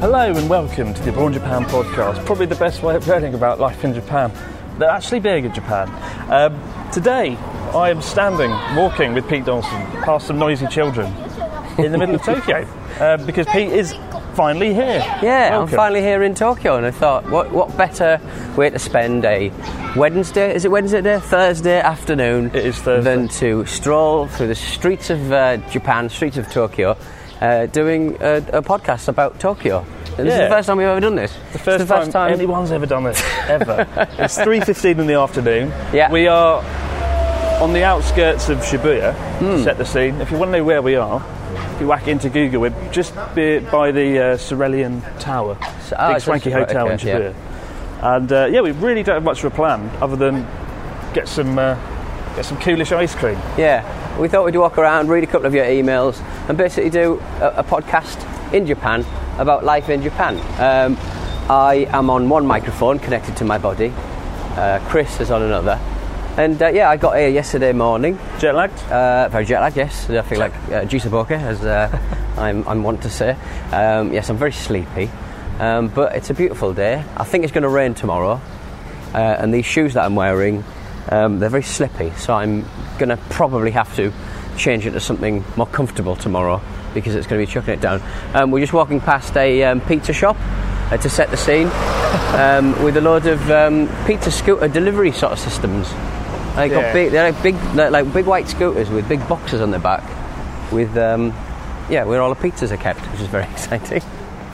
Hello and welcome to the Abroad Japan podcast. Probably the best way of learning about life in Japan. They're actually big in Japan. Um, today, I am standing, walking with Pete Dawson past some noisy children in the middle of Tokyo uh, because Pete is finally here. Yeah, Welcome. I'm finally here in Tokyo, and I thought, what what better way to spend a Wednesday? Is it Wednesday day? Thursday afternoon? It is Thursday. Than to stroll through the streets of uh, Japan, streets of Tokyo, uh, doing a, a podcast about Tokyo. And This is Yeah. the first time we've ever done this. The first, it's the first time. anyone's ever done this, ever. it's 3.15 in the afternoon. Yeah. We are on the outskirts of Shibuya, Hmm. to set the scene. If you want to know where we are, if you whack into Google, we're just be- by the uh, Cerulean Tower, So- ah, big it's just- swanky hotel okay, in Shibuya. And uh, yeah, we really don't have much of a plan other than get some uh, get some coolish ice cream. Yeah, we thought we'd walk around, read a couple of your emails, and basically do a, a podcast in Japan about life in Japan. Um, I am on one microphone connected to my body. Uh, Chris is on another. And uh, yeah, I got here yesterday morning. Jet lagged? Uh, very jet lagged, yes. I feel like uh, Jisaboka, as uh, I'm, I'm wont to say. Um, yes, I'm very sleepy. Um, but it's a beautiful day. I think it's going to rain tomorrow. Uh, and these shoes that I'm wearing, um, they're very slippy. So I'm going to probably have to change into something more comfortable tomorrow because it's going to be chucking it down. Um, we're just walking past a um, pizza shop uh, to set the scene um, with a load of um, pizza scooter delivery sort of systems. They got Yeah. big they're like big, they're like big white scooters with big boxes on their back, with um, yeah, where all the pizzas are kept, which is very exciting.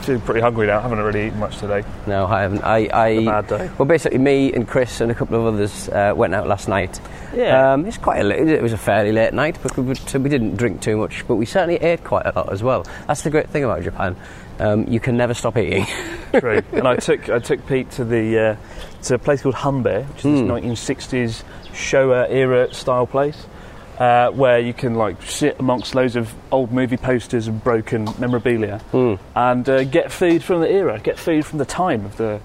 Feeling pretty hungry now. Haven't really eaten much today. No, I haven't. I, I a bad day. well, basically, me and Chris and a couple of others uh, went out last night. Yeah. um, it's quite a late, it was a fairly late night, but we, would- so we didn't drink too much, but we certainly ate quite a lot as well. That's the great thing about Japan. Um, you can never stop eating. True. and I took I took Pete to the uh, to a place called Humbe, which is Hmm. this 1960s Showa era style place. Uh, where you can like sit amongst loads of old movie posters and broken memorabilia, Hmm. and uh, get food from the era, get food from the time of the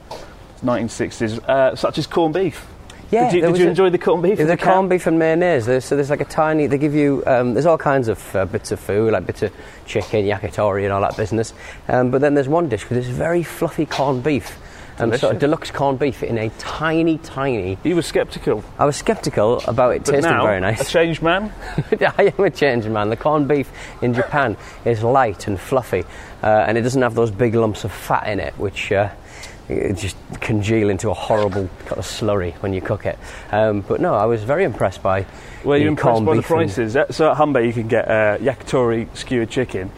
1960s, uh, such as corned beef. Yeah, did you, there did was you a- enjoy the corned beef? Yeah, in the the corned can? beef and mayonnaise. There's, so there's like a tiny. They give you. Um, there's all kinds of uh, bits of food, like bits of chicken, yakitori, and all that business. Um, but then there's one dish with this very fluffy corned beef, um, sort of Delicious. deluxe corned beef in a tiny, tiny. You were sceptical, I was sceptical about it but tasting now very a nice. changed man. I am a changed man. The corned beef in Japan is light and fluffy, uh, and it doesn't have those big lumps of fat in it, which. Uh, it just congeal into a horrible kind of slurry when you cook it. Um, but no, I was very impressed by. Were you the impressed corned by the beef and- prices? Uh, So at Humber you can get uh, yakitori skewered chicken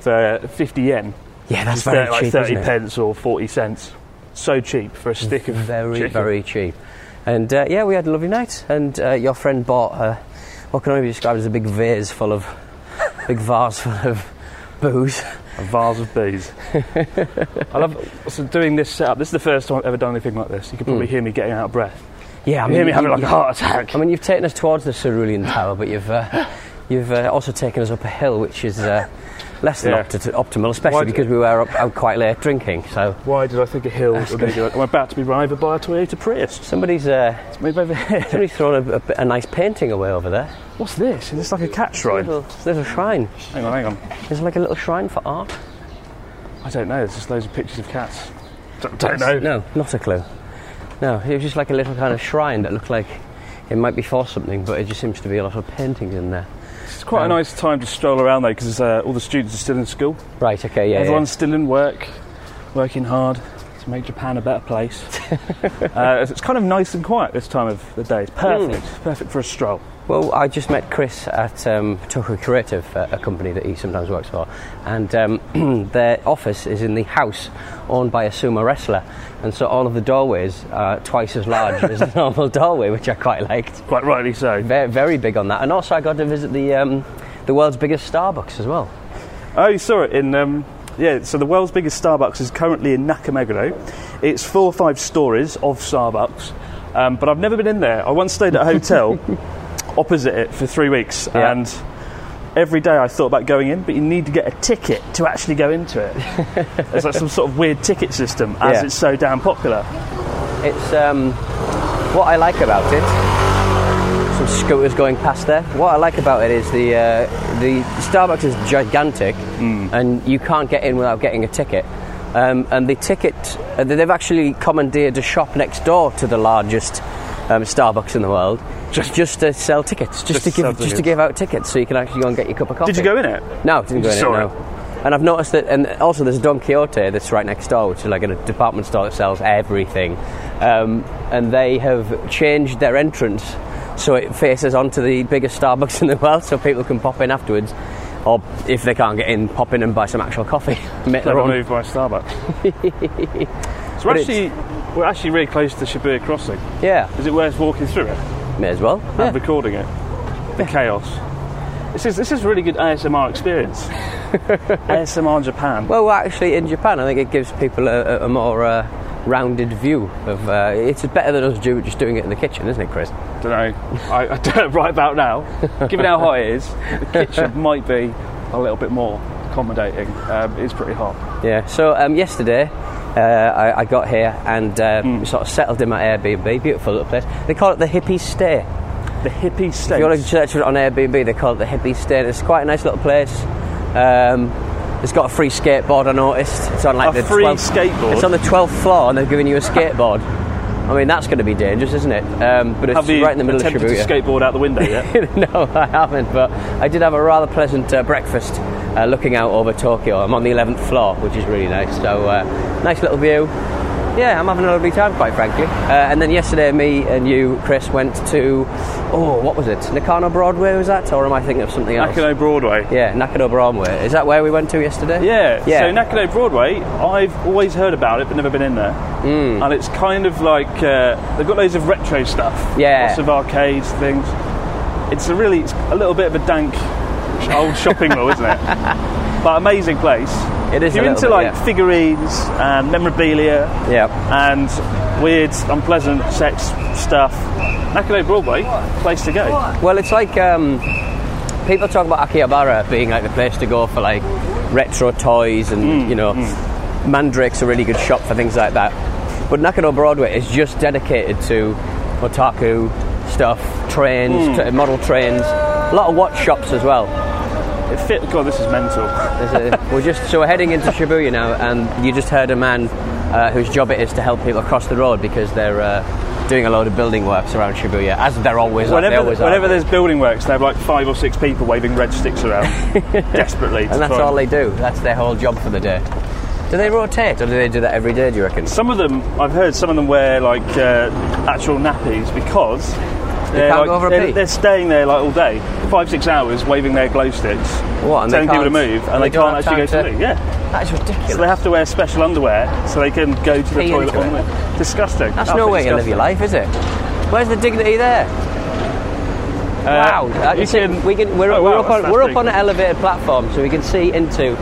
for 50 yen. Yeah, that's It's very thir- like cheap, 30 isn't it? pence or 40 cents. So cheap for a stick of Very, chicken. very cheap. And uh, yeah, we had a lovely night. And uh, your friend bought uh, what can only be described as a big vase full of, big vase full of booze. A vase of bees. I love so doing this setup. This is the first time I've ever done anything like this. You can Hmm. probably hear me getting out of breath. Yeah, I You hear me having like you- a heart attack. I mean, you've taken us towards the Cerulean Tower, but you've uh, you've uh, also taken us up a hill, which is uh, less than Yeah. opti- optimal, especially Why d- because we were up, out quite late drinking. So Why did I think a hill was going to go? I'm about to be run over by a Toyota Prius. somebody's uh, Let's move over here. somebody thrown a, a, a nice painting away over there. What's this? Is this like a cat shrine? Little, little shrine. Hang on, hang on. There's like a little shrine for art. I don't know. There's just loads of pictures of cats. Don't, don't know. No, not a clue. No, it was just like a little kind of shrine that looked like it might be for something, but it just seems to be a lot of paintings in there. It's quite a nice time to stroll around though, because uh, all the students are still in school. Right. Okay. Yeah. yeah. Everyone's still in work, working hard to make Japan a better place. uh, it's kind of nice and quiet this time of the day. It's perfect. Hmm. Perfect for a stroll. Well, I just met Chris at um, Toku Creative, uh, a company that he sometimes works for, and um, their office is in the house owned by a sumo wrestler, and so all of the doorways are twice as large as the normal doorway, which I quite liked. Quite rightly so. Very, very big on that, and also I got to visit the um, the world's biggest Starbucks as well. Oh, you saw it in. Um, yeah, so the world's biggest Starbucks is currently in Nakameguro. It's four or five stories of Starbucks, um, but I've never been in there. I once stayed at a hotel opposite it for three weeks, Yeah. and every day I thought about going in, but you need to get a ticket to actually go into it. it's like some sort of weird ticket system, as Yeah. it's so damn popular. It's um, what I like about it. Some scooters going past there. What I like about it is the uh, the Starbucks is gigantic, Hmm. and you can't get in without getting a ticket. Um, and the ticket, uh, they've actually commandeered a shop next door to the largest um, Starbucks in the world, just just to sell tickets, Just just, to to sell give just to tickets. give out tickets, so you can actually go and get your cup of coffee. Did you go in it? No, didn't go in it. Sorry. No. And I've noticed that, and also there's Don Quixote that's right next door, which is like a department store that sells everything. Um, and they have changed their entrance so it faces onto the biggest Starbucks in the world, so people can pop in afterwards, or if they can't get in, pop in and buy some actual coffee. Make their Clever own. move by Starbucks. so we're But actually, we're actually really close to Shibuya Crossing. Yeah, Is it worth walking through it? may as well. and Yeah. recording it. The chaos. This is this is really good ASMR experience. ASMR Japan. Well, we're actually, in Japan, I think it gives people a, a- a more uh, rounded view of. Uh, it's better than us do- just doing it in the kitchen, isn't it, Chris? I don't know. I, I don't, right about now, given how hot it is, the kitchen might be a little bit more accommodating. Um, it's pretty hot. Yeah. So um, yesterday, uh, I, I got here and um, Hmm. sort of settled in my Airbnb. Beautiful little place. They call it the hippie stay. The hippie state. If you want to search it on Airbnb, they call it the hippie stay. It's quite a nice little place. Um, it's got a free skateboard. I noticed. It's on like A the free 12th skateboard? It's on the twelfth floor, and they're giving you a skateboard. I mean, that's going to be dangerous, isn't it? Um, but it's Have you right in the middle of attempted Shibuya. to skateboard out the window yet? no, I haven't, but I did have a rather pleasant uh, breakfast uh, looking out over Tokyo. I'm on the 11th floor, which is really nice. So, uh, nice little view. Yeah, I'm having a lovely time, quite frankly. Uh, and then yesterday, me and you, Chris, went to, oh, what was it? Nakano Broadway, was that? Or am I thinking of something else? Nakano Broadway. Yeah, Nakano Broadway. Is that where we went to yesterday? Yeah. Yeah. So Nakano Broadway, I've always heard about it, but never been in there. Mm. And it's kind of like uh, they've got loads of retro stuff. Yeah. Lots of arcades things. It's a really, it's a little bit of a dank old shopping mall, isn't it? But amazing place. It is If you're a little into bit, like yeah. figurines and memorabilia Yeah. and weird, unpleasant sex stuff, Nakano Broadway, place to go. Well, it's like um, people talk about Akihabara being like the place to go for like retro toys and you know, Mandrake's a really good shop for things like that. But Nakano Broadway is just dedicated to otaku stuff, trains, tra- model trains, a lot of watch shops as well. It fit. God, this is mental. There's a- we're just so we're heading into Shibuya now, and you just heard a man uh, whose job it is to help people across the road because they're. Uh, Doing a load of building works around Shibuya, as they're always. are- they Whenever, always are. whenever there's building works, they have like five or six people waving red sticks around desperately. to And that's try all they do. That's their whole job for the day. Do they rotate, or do they do that every day? Do you reckon? Some of them, I've heard, some of them wear like uh, actual nappies because they're, can't like, go over a they're, pee. they're staying there like all day, five six hours, waving their glow sticks, What, and they telling people to can't- move, and, and they, they don't can't have actually go to, time the to- loo. Yeah, That's ridiculous. so they have to wear special underwear so they can go to the Pee toilet into on it. the Disgusting. that's Absolutely no way to live disgusting. your life, is it? Where's the dignity there? wow. That- Uh, you see, can- we can, we're Oh, we're wow, up, on, that's we're up big. on an elevated platform, so we can see into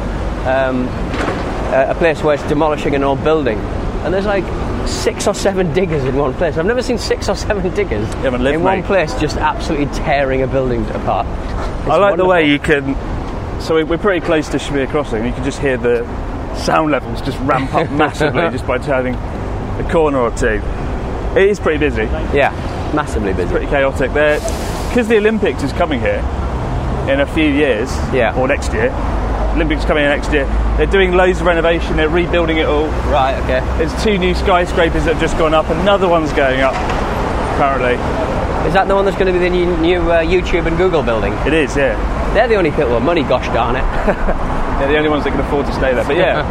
um, a, a place where it's demolishing an old building. And there's like six or seven diggers in one place. I've never seen six or seven diggers haven't lived, in one mate. place just absolutely tearing a building apart. It's I like the wonderful. way you can So we- we're pretty close to Shabir Crossing. You can just hear the sound levels just ramp up massively just by turning a corner or two. It is pretty busy, Yeah, massively busy. pretty chaotic there. Because the Olympics is coming here in a few years, Yeah. or next year. Olympics coming in next year. They're doing loads of renovation. They're rebuilding it all. Right, okay. There's two new skyscrapers that have just gone up. Another one's going up. Apparently, Is that the one that's going to be the new, new uh, YouTube and Google building? it is. Yeah. They're the only people with money, gosh darn it. They're the only ones that can afford to stay there. But yeah,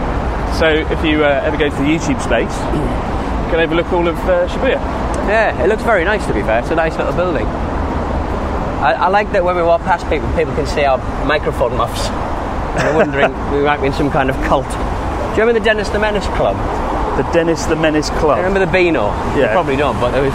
so if you uh, ever go to the YouTube space, you can overlook all of uh, Shibuya. Yeah, it looks very nice to be fair. It's a nice little building. I, I like that when we walk past people, people can see our microphone muffs. And they're wondering we might be in some kind of cult. Do you remember the Dennis the Menace Club? The Dennis the Menace I Club. remember the Beano. You Yeah. probably don't, but there was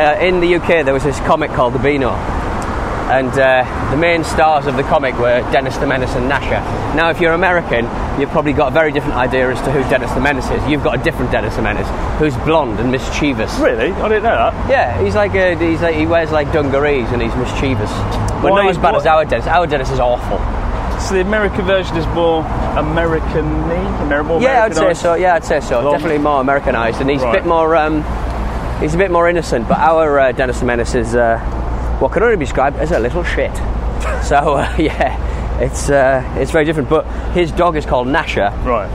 uh, in the UK there was this comic called the Beano, and uh, the main stars of the comic were Dennis the Menace and Nasher. Now, if you're American, you've probably got a very different idea as to who Dennis the Menace is. You've got a different Dennis the Menace, who's blonde and mischievous. Really? I didn't know that. Yeah, he's like a, he's like, he wears like dungarees and he's mischievous, but Why not is- as bad what- as our Dennis. Our Dennis is awful. So the American version is more American-y? Amer- more Yeah, I'd say Americanized? so. Yeah, I'd say so. Long- Definitely more Americanized, and he's a Right. bit more. Um, he's a bit more innocent. But our uh, Dennis the Menace is uh, what can only be described as a little shit. so uh, yeah, it's uh, it's very different. But his dog is called Nasher, Right.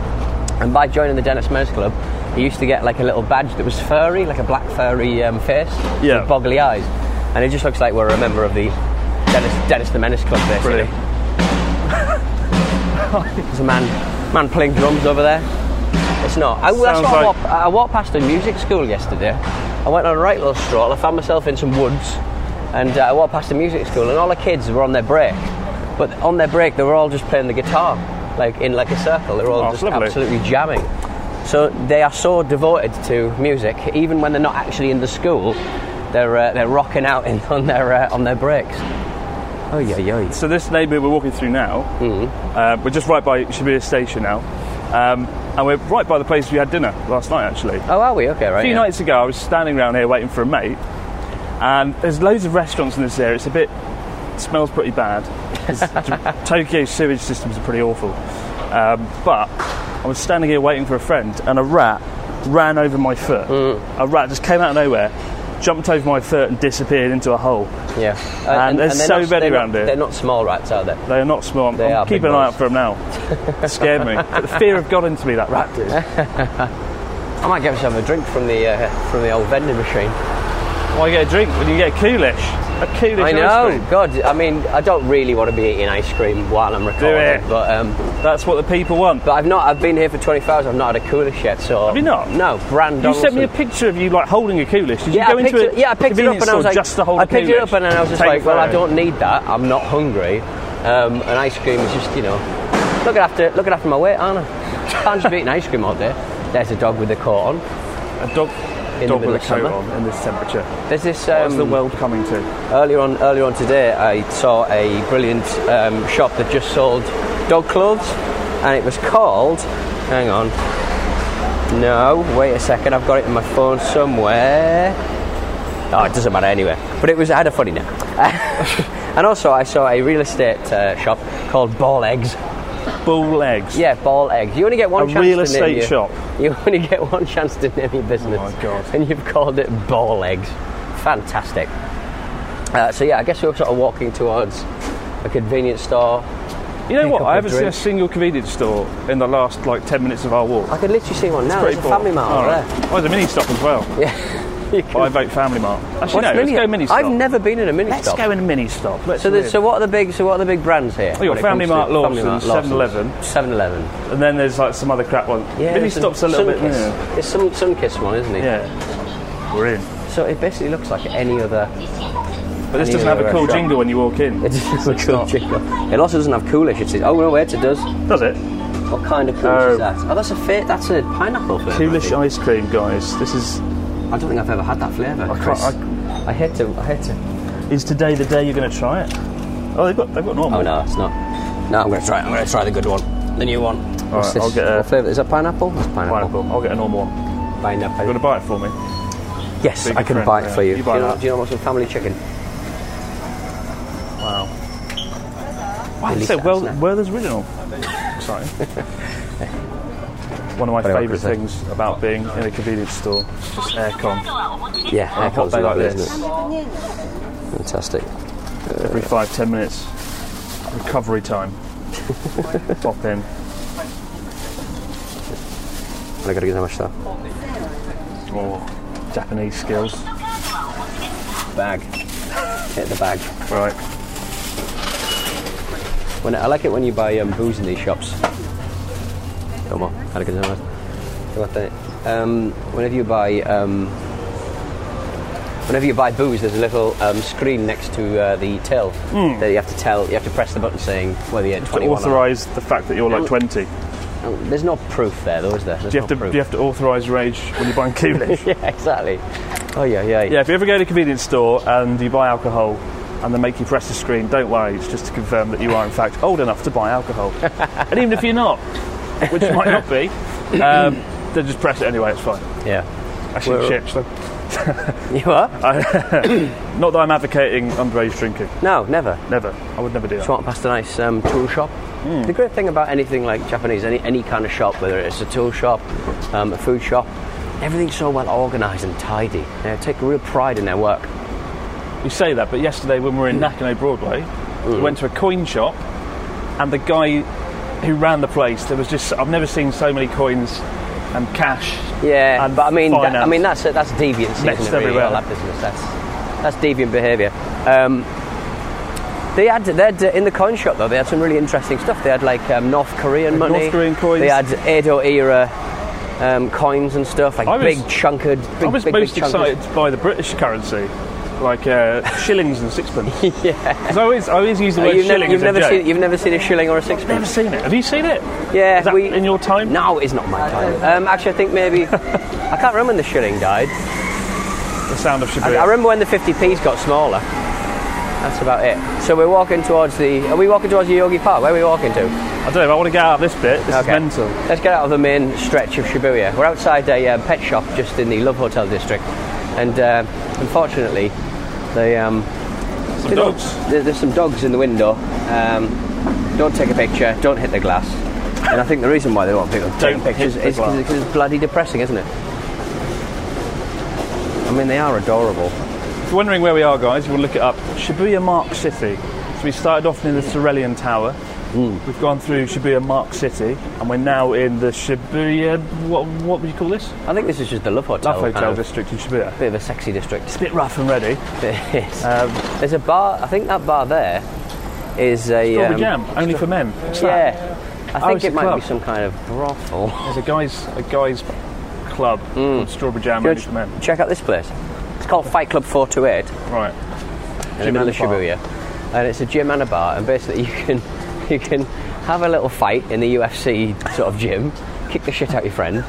and by joining the Dennis Menace Club, he used to get like a little badge that was furry, like a black furry um, face Yeah. with boggly eyes, and it just looks like we're a member of the Dennis, Dennis the Menace Club, basically. Brilliant. There's a man, man playing drums over there. It's not. I, that's Sounds what I, like- walked, I walked past a music school yesterday. I went on a right little stroll. I found myself in some woods, and uh, I walked past a music school, and all the kids were on their break. But on their break, they were all just playing the guitar, like in like a circle. They were all Oh, just lovely. absolutely jamming. So they are so devoted to music, even when they're not actually in the school. They're, uh, they're rocking out in, on their uh, on their breaks. Oh yeah, yeah. So this neighbourhood we're walking through now, uh, we're just right by Shibuya Station now, um, and we're right by the place we had dinner last night, actually. Oh, are we okay? Right. A few yeah. nights ago, I was standing around here waiting for a mate, and there's loads of restaurants in this area. It's a bit it smells pretty bad. It's- t- Tokyo's sewage systems are pretty awful. Um, but I was standing here waiting for a friend, and a rat ran over my foot. Mm. A rat just came out of nowhere, jumped over my foot, and disappeared into a hole. Yeah, Uh, And there's they're so not, many they're around not, here. They're not small rats, are they? They are not small. I'm, They I'm are big keeping an eye boys. out for them now. It scared me. But the fear of God into me, that rat did. I might get myself a drink from the uh, from the old vending machine. Why get a drink when you get a coolish? A coolish I ice know, cream. God. I mean, I don't really want to be eating ice cream while I'm recording, it. but um, That's what the people want. but I've not. I've been here for 24 hours. I've not had a coolish yet. So Have you not? No, Brand. You sent me a Donaldson. picture of you like holding a coolish. Did Yeah, you go I into picked it, a yeah, I picked it up convenience and I was store like, just to hold I a picked it up Coolidge? and then I was just Take like, well, I photo. don't need that. I'm not hungry, um, and ice cream is just, you know, looking after looking after my weight, aren't I? Can't just be eating ice cream all day. There's a dog with a coat on. A dog, the dog middle with a of coat summer. on in this temperature. There's this. Um, What's the world coming to? Earlier on, earlier on today, I saw a brilliant um, shop that just sold dog clothes, and it was called. Hang on. No, wait a second. I've got it in my phone somewhere. Oh, it doesn't matter anyway. But it was. I had a funny name. and also, I saw a real estate uh, shop called Ball Eggs. Bull legs. Yeah, Ball Eggs. You only get one A chance real to name estate your- shop. Oh You only get one chance to name your business. my God. And you've called it Ball Eggs. Fantastic. Uh, so yeah, I guess we were sort of walking towards a convenience store. You know Pick what? up I a haven't seen a drink. single convenience store in the last like ten minutes of our walk. I could literally see one now. There's Pretty a poor. Family Mart All over right. there. Oh, there's a mini stop as well. Yeah. You But I can- vote Family Mart. Actually, What's no, let's mini- go mini stop. I've never been in a mini Let's stop. go in a mini stop. Let's so, do there's, so what are the big? So what are the big brands here? Well, you've got Family Mart, Lawson's, 7-Eleven. 7-Eleven. it. and then there's like some other crap one. mini it's stops a little bit. Sunkiss. Yeah. It's some Sunkiss one, isn't it? yeah, we're in. So it basically looks like any other But this Any doesn't have other a cool restaurant. jingle when you walk in, It doesn't look cool jingle. It also doesn't have Coolish. It's oh no, wait, it does. does it? What kind of Coolish is that? Oh, that's a fa- that's a pineapple flavour. I Coolish think. ice cream, guys. This is I don't think I've ever had that flavour. can't- Chris. I- I, hate to. I hate to. Is today the day you're going to try it? Oh, they've got they've got normal. Oh no, it's not. No, I'm going to try it. I'm going to try the good one, the new one. right, I'll get a- what flavour? Is that pineapple? That's pineapple. Pineapple. I'll get a normal one. Pineapple. You want to buy it for me? yes, Big I can friend, buy it yeah. for you. You do, buy you know, that. do you know what's some family chicken? Wow. It's So, really stands well, now. Werther's original. Sorry. One of my Very well favourite presented. things about being in a convenience store is just aircon. yeah, On a hot aircon's day like lovely, Oh, this, isn't it? Fantastic. every five ten minutes, recovery time. Pop in. I got to get how much that Oh, Japanese skills. bag. Hit the bag. Right. When I like it when you buy um, booze in these shops. Come on, how to get how What the? Um, whenever you buy um, whenever you buy booze, there's a little um, screen next to uh, the till Hmm. that you have to tell. You have to press the button saying whether you're To 21. or authorise the fact that you're like 20. Do not. No, There's no proof there, though, is there? There's you have to, no do proof. you have to authorise rage when you're buying Coolidge? yeah, exactly. Oh yeah, yeah, Yeah, if you ever go to a convenience store and you buy alcohol and they make you press the screen, don't worry, it's just to confirm that you are in fact old enough to buy alcohol. and even if you're not, which you might not be, um, then just press it anyway, it's fine. yeah. Actually, Well- shit. shall You are? I- Not that I'm advocating underage drinking, No, never. never. I would never do that. Just walked past a nice um, tool shop. Hmm. The great thing about anything like Japanese, any, any kind of shop, whether it's a tool shop, um, a food shop, everything's so well organised and tidy. They take real pride in their work. You say that, but yesterday when we were in Mm. Nakano Broadway, we went to a coin shop, and the guy who ran the place, there was just—I've never seen so many coins and cash. Yeah, and but I mean, that, I finance. mean that's that's deviancy, Next isn't it? Really, everywhere. all that business. That's that's deviant behaviour. Um, they had, they had uh, in the coin shop though. They had some really interesting stuff. They had like um, North Korean North money, Korean coins. They had Edo era um, coins and stuff, like I was- big chunkered, big, I was big, big most chunkered- excited by the British currency, like uh, shillings and sixpence. yeah. Because I always, I always use the Oh, word you've, never, shilling you've as a never joke. seen you've never seen a shilling or a Never sixpence. seen it. Have you seen it? Yeah, Is that we- in your time? No, it's not my time. Um, actually, I think maybe I can't remember when the shilling died. The sound of I, Shibuya. I remember when the 50p's got smaller. That's about it. So we're walking towards the. Are we walking towards the Yogi Park? Where are we walking to? I don't know. If I want to get out of this bit. This is mental. Let's get out of the main stretch of Shibuya. We're outside a uh, pet shop just in the Love Hotel district, and uh, unfortunately, they um, Some dogs. there- There's some dogs in the window. Um, don't take a picture. Don't hit the glass. And I think the reason why they want people to take Don't hit pictures the is because glass. it's, bloody depressing, isn't it? I mean, they are adorable. If you're wondering where we are, guys, you will look it up. Shibuya Mark City. So we started off near the Cerulean Tower. Hmm. We've gone through Shibuya Mark City, and we're now in the Shibuya. What, what would you call this? I think this is just the Love Hotel. Love kind Hotel of District in Shibuya. Bit of a sexy district. It's a bit rough and ready. It is. Um, There's a bar. I think that bar there is a. Strawberry um, jam, only for men. What's that? Oh, Yeah. I think it's it a might club. be some kind of brothel. There's a guys a guys club Mm. called Strawberry Jam Go Only for Men. Check out this place. It's called Fight Club 428. Right. in the and middle of a bar. Shibuya, and it's a gym and a bar, and basically you can you can have a little fight in the UFC sort of gym, kick the shit out of your friend,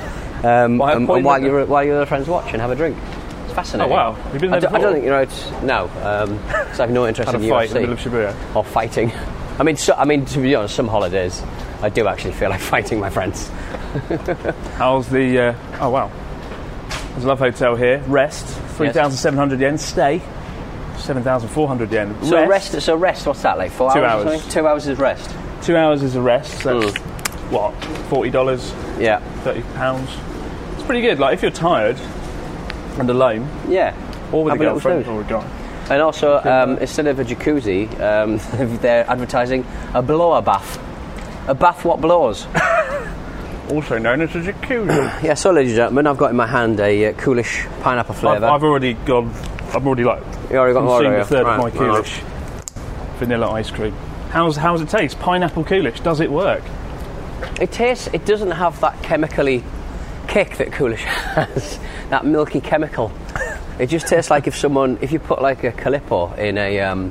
um, By and, and while appointment? your while your other friends watch and have a drink. It's fascinating. Oh, wow. You've been there I, don't, I before? don't think you know it's no, um, because I have no interest Had in a the fight in UFC the middle of Shibuya. or fighting. I mean, so, I mean to be honest, some holidays I do actually feel like fighting my friends. How's the? Uh, oh wow. There's a love hotel here. Rest three thousand seven hundred yen. Stay seven thousand four hundred yen. So rest. So rest. What's that like? Four Two hours. or hours. something? Two hours is rest. Two hours is a rest. So Mm. that's what forty dollars, Yeah. thirty pounds. It's pretty good. Like if you're tired and alone, Yeah. or with Have a a little girlfriend snooze. or a guy. And also, um, instead of a jacuzzi, um, they're advertising a blower bath. A bath what blows. Also known as a jacuzzi. yeah, so, ladies and gentlemen, I've got in my hand a uh, coolish pineapple I've, flavour. I've already gone. I've already like You already got more, consumed have a you? third of my Right, right. coolish vanilla ice cream. How's how's it taste? Pineapple coolish. Does it work? It tastes, it doesn't have that chemically kick that coolish has, that milky chemical. It just tastes like if someone, if you put like a calippo in a, um,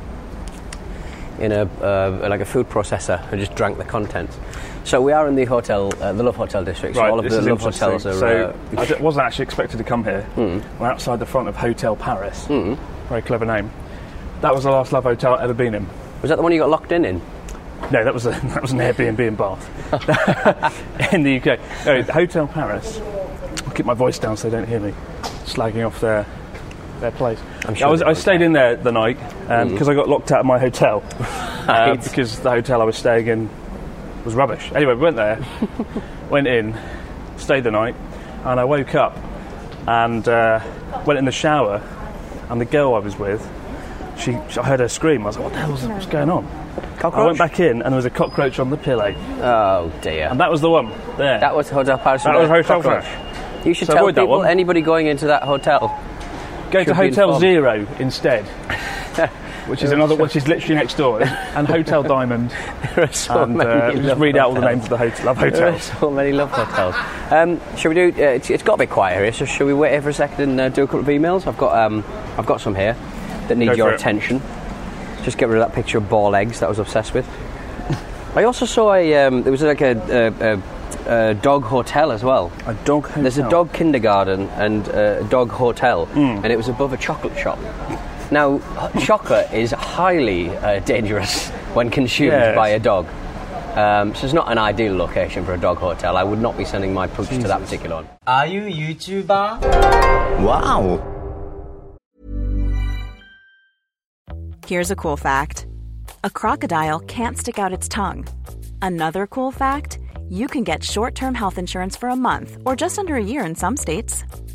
in a uh, like a food processor and just drank the contents. So we are in the hotel, uh, the Love Hotel district. so all of this the is Love interesting. hotels are. So uh, Hmm. I d- wasn't actually expected to come here. We're outside the front of Hotel Paris. Very clever name. That was the last love hotel I've ever been in. Was that the one you got locked in in? No, that was a, that was an Airbnb in Bath, in the UK. No, Hotel Paris. I'll keep my voice down so they don't hear me slagging off their their place. sure I, was, they I don't um, stayed in there the night because I got locked out of my hotel uh, Right. because the hotel I was staying in was rubbish. Anyway, we went there, went in, stayed the night, and I woke up and uh, went in the shower, and the girl I was with, she, I heard her scream. I was like, "What the hell was what's going on?" I went back in, and there was a cockroach on the pillow, Oh dear. and that was the one there. that was Hotel Paris. That was Hotel Cockroach. Fresh. You should So tell avoid that people one. anybody going into that hotel. Go to Should be Hotel informed. Zero instead, which is another, which is literally next door, and Hotel Diamond. There are so and many uh, just Oh, love read out all the hotels. names of the hotel, love There are hotels. so many love hotels. Um, shall we do? Uh, it's, it's got a bit quiet here, so shall we wait here for a second and uh, do a couple of emails? I've got um, I've got some here that need Go your for it. attention. Just get rid of that picture of ball eggs that I was obsessed with. I also saw a um, there was like a, a, a, a dog hotel as well. A dog hotel. Hmm. There's a dog kindergarten and uh, a dog hotel, and it was above a chocolate shop. Now, h- chocolate is highly uh, dangerous when consumed Yes. by a dog. Um, so it's not an ideal location for a dog hotel. I would not be sending my pooch to that particular one. Are you YouTuber? Wow! Here's a cool fact a crocodile can't stick out its tongue. Another cool fact you can get short term health insurance for a month or just under a year in some states.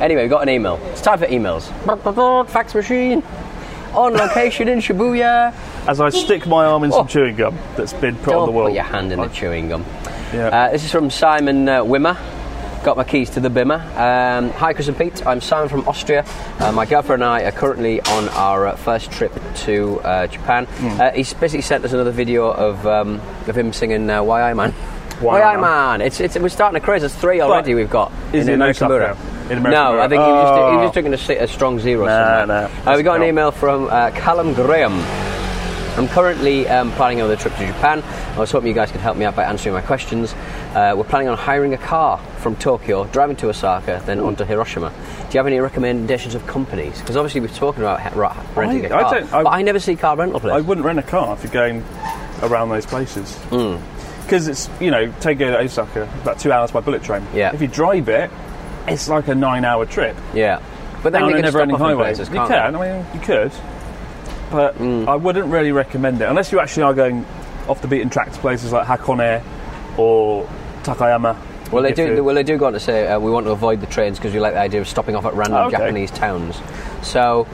Anyway, we got an email. It's time for emails. Fax machine. On location in Shibuya. As I stick my arm in some Oh. chewing gum that's been put Don't on the wall. put your hand in the chewing gum. Yeah. Uh, this is from Simon uh, Wimmer. Got my keys to the Bimmer. Um, hi, Chris and Pete. I'm Simon from Austria. Uh, my girlfriend and I are currently on our uh, first trip to uh, Japan. Hmm. Uh, he's basically sent us another video of um, of him singing uh, "Why I Man." Why Why, I I Man? It's, it's we're starting to craze. There's three already we've got. is in it no American cup Mirror. now? In American no, I Mirror. think he was just, he Oh. was just taking a, si- a strong zero. Nah, somewhere. nah. Uh, we got an No. email from uh, Callum Graham. I'm currently um, planning another trip to Japan. I was hoping you guys could help me out by answering my questions. Uh, we're planning on hiring a car from Tokyo, driving to Osaka, then on to Hiroshima. Do you have any recommendations of companies? Because obviously we've talking about he- ra- renting a I car, don't- I- but I never see car rental I places. wouldn't rent a car if you're going around those places. Mm. Because it's, you know, Tokyo to Osaka, about two hours by bullet train. Yeah. If you drive it, it's like a nine hour trip. yeah, but then down they a can never stop ending off in highway. places, you can't Mm. can, I mean, you could. But I wouldn't really recommend it unless you actually are going off the beaten track to places like Hakone or Takayama. they? Well, they If you- do. Well, they do go on to say uh, we want to avoid the trains because we like the idea of stopping off at random Okay. Japanese towns. So.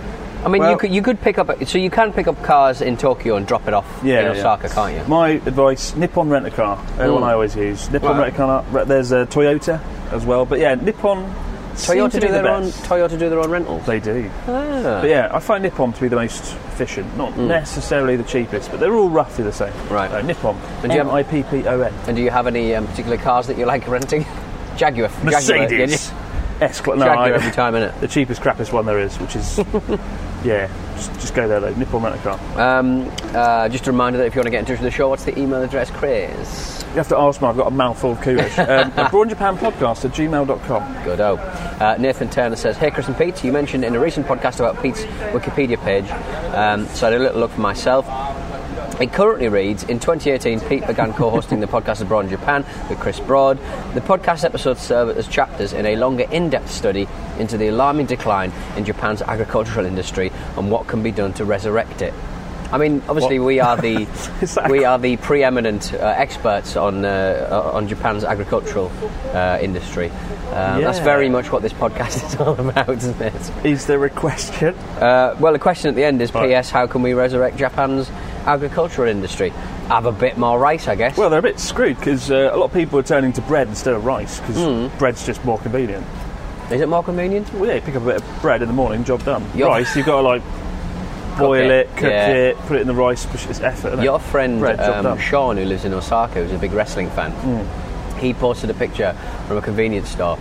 I mean, Well- you could you could pick up so you can pick up cars in Tokyo and drop it off in Osaka, can't you? My advice: Nippon rent a car. The one Mm. I always use. Nippon Right. rent a car. re- There's a Toyota as well, but yeah, Nippon. seem to Toyota be do the their own. Ah. best. Toyota do their own rentals. They do. But yeah, I find Nippon to be the most efficient. Not necessarily the cheapest, but they're all roughly the same. Mm. Right. Uh, Nippon. And do you have- N I P P O N. And do you have any um, particular cars that you like renting? Jaguar. Jaguar. yeah, Mercedes. S class. No, Jaguar I- every time, innit? The cheapest, crappiest one there is, which is yeah. Just, just go there though. Nipple rent a car. Um, uh, just a reminder that if you want to get in touch with the show, what's the email address, Chris? You have to ask me. I've got a mouthful of coolish. Um, a Brawn Japan podcast at gmail.com. Good. Oh, uh, Nathan Turner says, "Hey, Chris and Pete, you mentioned in a recent podcast about Pete's Wikipedia page, um, so I did a little look for myself." It currently reads In 2018, Pete began co hosting the podcast Abroad in Japan with Chris Broad. The podcast episodes serve as chapters in a longer, in depth study into the alarming decline in Japan's agricultural industry and what can be done to resurrect it. I mean, obviously, we are the Is that- we are the preeminent uh, experts on uh, uh, on Japan's agricultural uh, industry. Um, That's Yeah. very much what this podcast is all about, isn't it? Is there a question? Uh, well, the question at the end is: Right. P.S. How can we resurrect Japan's agricultural industry? Have a bit more rice, I guess. Well, they're a bit screwed because uh, a lot of people are turning to bread instead of rice because Hmm. bread's just more convenient. is it more convenient? Well, yeah, you pick up a bit of bread in the morning, job done. Your- rice, you've got to like boil it, it, cook yeah. it, put it in the rice. which is effort. innit? Your friend bread, job um, done. Sean, who lives in Osaka, who's a big wrestling fan, Mm. he posted a picture from a convenience store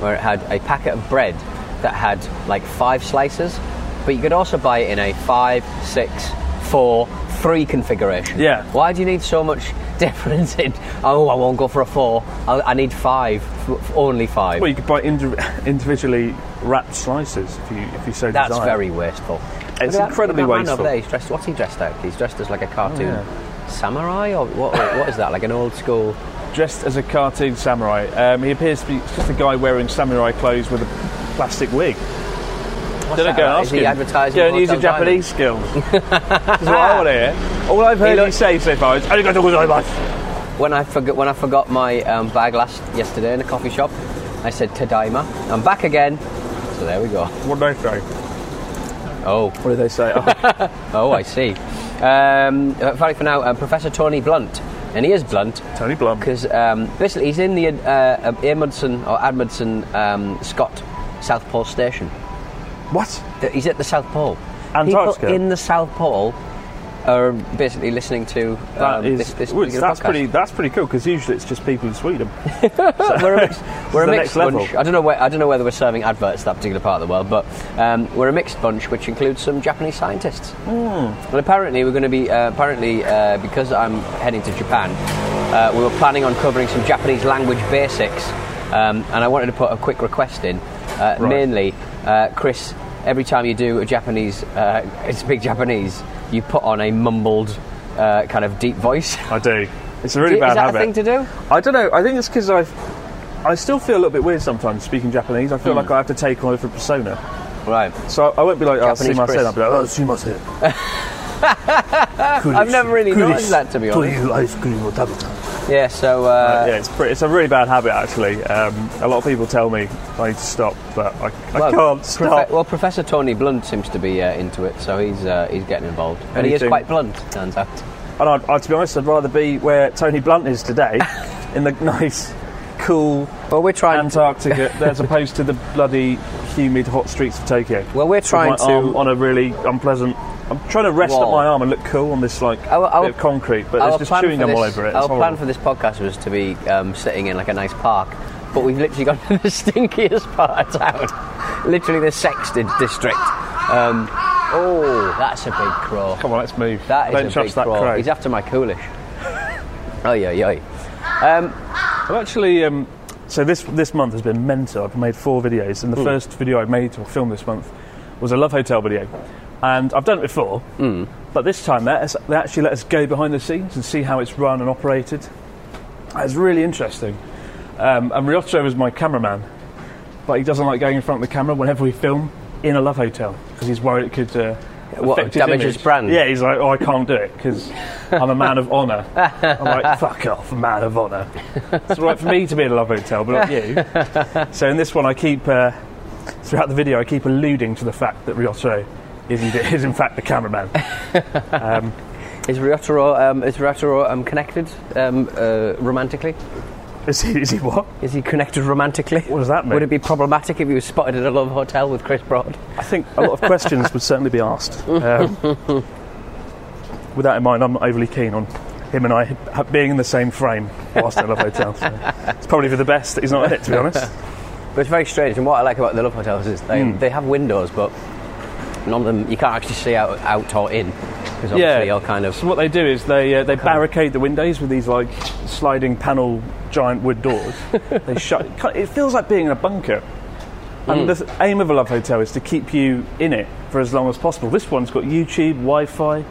where it had a packet of bread that had like five slices, but you could also buy it in a five, six, four, three configuration. Yeah. Why do you need so much difference in? Oh, I won't go for a four. I'll, I need five, f- f- only five. Well, you could buy indi- individually wrapped slices if you if you so That's desire. very wasteful. It's Look at that- incredibly look at that man over wasteful. Oh, there, he's dressed, what's he dressed out? He's dressed as like a cartoon samurai, or what, what is that? Like an old school. dressed as a cartoon samurai. Um, he appears to be it's just a guy wearing samurai clothes with a plastic wig. Don't that go about? ask Is he him. advertising Don't use your Hotel Diamond? Japanese skills. That's what I want to hear. All I've heard you looks- say so far is "Arigato gozaimasu." When I forgot when I forgot my um, bag last yesterday in a coffee shop, I said Tadaima. I'm back again. So there we go. What do they say? Oh, What do they say? Oh, oh, I see. Um, uh, sorry for now, um, Professor Tony Blunt, and he is blunt Tony Blum. because um, basically he's in the uh, Amundsen or Admundson um, Scott South Pole Station. What? Th- He's at the South Pole. Antarctica? People in the South Pole are basically listening to That um, is this, this well, particular that's podcast. pretty. That's pretty cool because usually it's just people in Sweden. we're a mixed, we're a the mixed next level. bunch. I don't know. Where, I don't know whether we're serving adverts to that particular part of the world, but um, we're a mixed bunch, which includes some Japanese scientists. Hmm. Well, apparently we're going to be. Uh, apparently, uh, because I'm heading to Japan, uh, we were planning on covering some Japanese language basics, um, and I wanted to put a quick request in. Uh, Mainly, uh, Chris, every time you do a Japanese, uh, speak Japanese, you put on a mumbled uh, kind of deep voice. I do. It's a really Is bad that a habit. thing to do? I don't know. I think it's because I, I still feel a little bit weird sometimes speaking Japanese. I feel Hmm. like I have to take on a different persona. Right. So I won't be like, oh, Japanese sumasen. Chris. I'll be like, oh, sumasen. I've never really noticed that, to be honest. Yeah. So. Uh, yeah, it's pretty, It's a really bad habit, actually. Um, a lot of people tell me I need to stop, but I, I can't stop. Profe- well, Professor Tony Blunt seems to be uh, into it, so he's uh, he's getting involved, and he is Anything- quite blunt. Turns out. and I'd, i to be honest, I'd rather be where Tony Blunt is today, in the nice, cool Well, we're trying. Antarctica, as opposed to the bloody humid, hot streets of Tokyo. well, we're with trying my to. arm on a really unpleasant. I'm trying to rest Wall. up my arm and look cool on this like Our- our- bit of concrete, but our there's just plan chewing for gum all this- over it. It's Our plan horrible. for this podcast was to be um, sitting in like a nice park, but we've literally gone to the stinkiest part of town, literally the sexted district. Um, oh, that's a big crow. Come on, let's move. That is Don't a trust big that crow. crow. He's after my coolish. oh yeah, yeah. I've actually. Um, so this this month has been mental. I've made four videos, and the first video I made or filmed this month was a love hotel video, and I've done it before, Hmm. but this time they, they actually let us go behind the scenes and see how it's run and operated. That was really interesting. Um, and Ryotaro was my cameraman, but he doesn't like going in front of the camera whenever we film in a love hotel because he's worried it could. Uh, What, affect damage his image. brand? Yeah, he's like, oh, I can't do it because I'm a man of honour. I'm like, fuck off, man of honour. It's all right for me to be in a love hotel, but not you. So in this one, I keep uh, throughout the video, I keep alluding to the fact that Ryotaro is, in- is in fact the cameraman. Is Ryotaro, um, is Ryotaro um, connected um, uh, romantically? Is he, is he what? Is he connected romantically? What does that mean? Would it be problematic if he was spotted at a love hotel with Chris Broad? I think a lot of questions would certainly be asked. Um, with that in mind, I'm not overly keen on him and I ha- being in the same frame whilst in Love Hotel. So it's probably for the best that he's not in it, to be honest. But it's very strange. And what I like about the Love Hotels is they, Hmm. they have windows, but none of them you can't actually see out, out or in because obviously you're kind of So what they do is they uh, they barricade the windows with these like sliding panel giant wood doors. they shut. It feels like being in a bunker. Hmm. And the th- aim of a love hotel is to keep you in it for as long as possible. This one's got YouTube, Wi-Fi.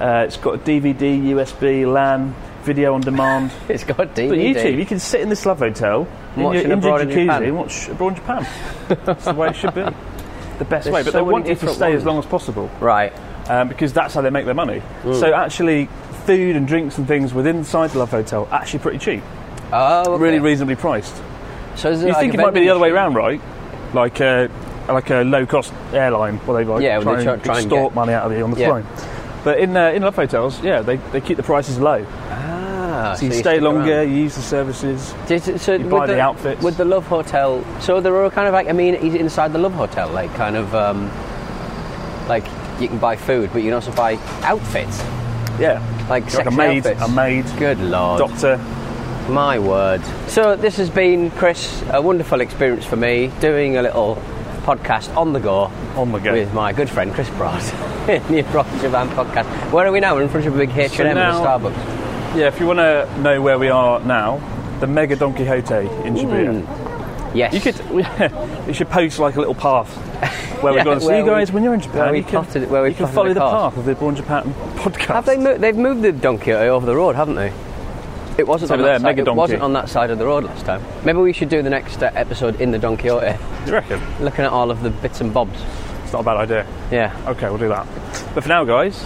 Uh, it's got DVD, USB, LAN, video on demand. it's got DVD. But YouTube, you can sit in this love hotel in Watching your, in your Abroad in jacuzzi Japan. and watch abroad in Japan. That's the way it should be. The best There's way. But so they many want you to different stay as ones. long as possible Right. um, because that's how they make their money. Mm. So actually, food and drinks and things within inside the Love Hotel are actually pretty cheap, Oh, okay. really reasonably priced. So is you like think a it might be the other way around, vending right? Like a like a low cost airline, where they like Yeah, try, when they try- and try and extort get- money out of you on the Yeah. plane. But in uh, in Love Hotels, yeah, they, they keep the prices low, machine? Ah, so you you stay stick longer, around. you use the services. Did, it- so you with buy the outfits. With the Love Hotel, so there are kind of like amenities inside the Love Hotel, like kind of um, like you can buy food, but you can also buy outfits, Yeah, You're like like a sexy maid, outfits. a maid, Good lord. doctor. My word. So this has been, Chris, a wonderful experience for me doing a little podcast on the go. On the go. With my good friend Chris Broad in the Abroad Japan podcast. Where are we now? We're in front of a big H&M and a now- Starbucks. Yeah, if you want to know where we are now, the Mega Don Quixote in Shibuya. Mm. Yes. You could, you should post like a little path where we're Yeah, going. So where you guys, we- when you're in where Japan, we you can, plotted it- where we you can plotted follow the the course. path of the Born Japan podcast. Have they moved? They've moved the Don Quixote over the road, haven't they? It wasn't It's on over that there, side. Mega It Donkey. wasn't on that side of the road last time. Maybe we should do the next uh, episode in the Don Quixote, You reckon? looking at all of the bits and bobs. It's not a bad idea. Yeah. Okay, we'll do that. But for now, guys,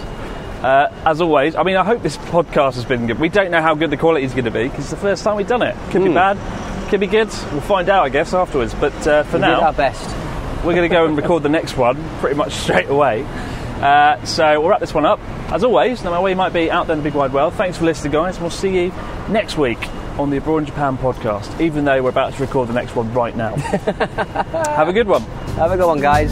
uh, as always, I mean, I hope this podcast has been good. We don't know how good the quality is going to be because it's the first time we've done it. Could Hmm. be bad, could be good. We'll find out, I guess, afterwards. But uh, for we did now, our best. we're going to go and record the next one pretty much straight away. Uh, so we'll wrap this one up. As always, no matter where you might be out there in the big wide world, thanks for listening, guys. We'll see you next week on the Abroad in Japan podcast, even though we're about to record the next one right now. Have a good one. Have a good one, guys.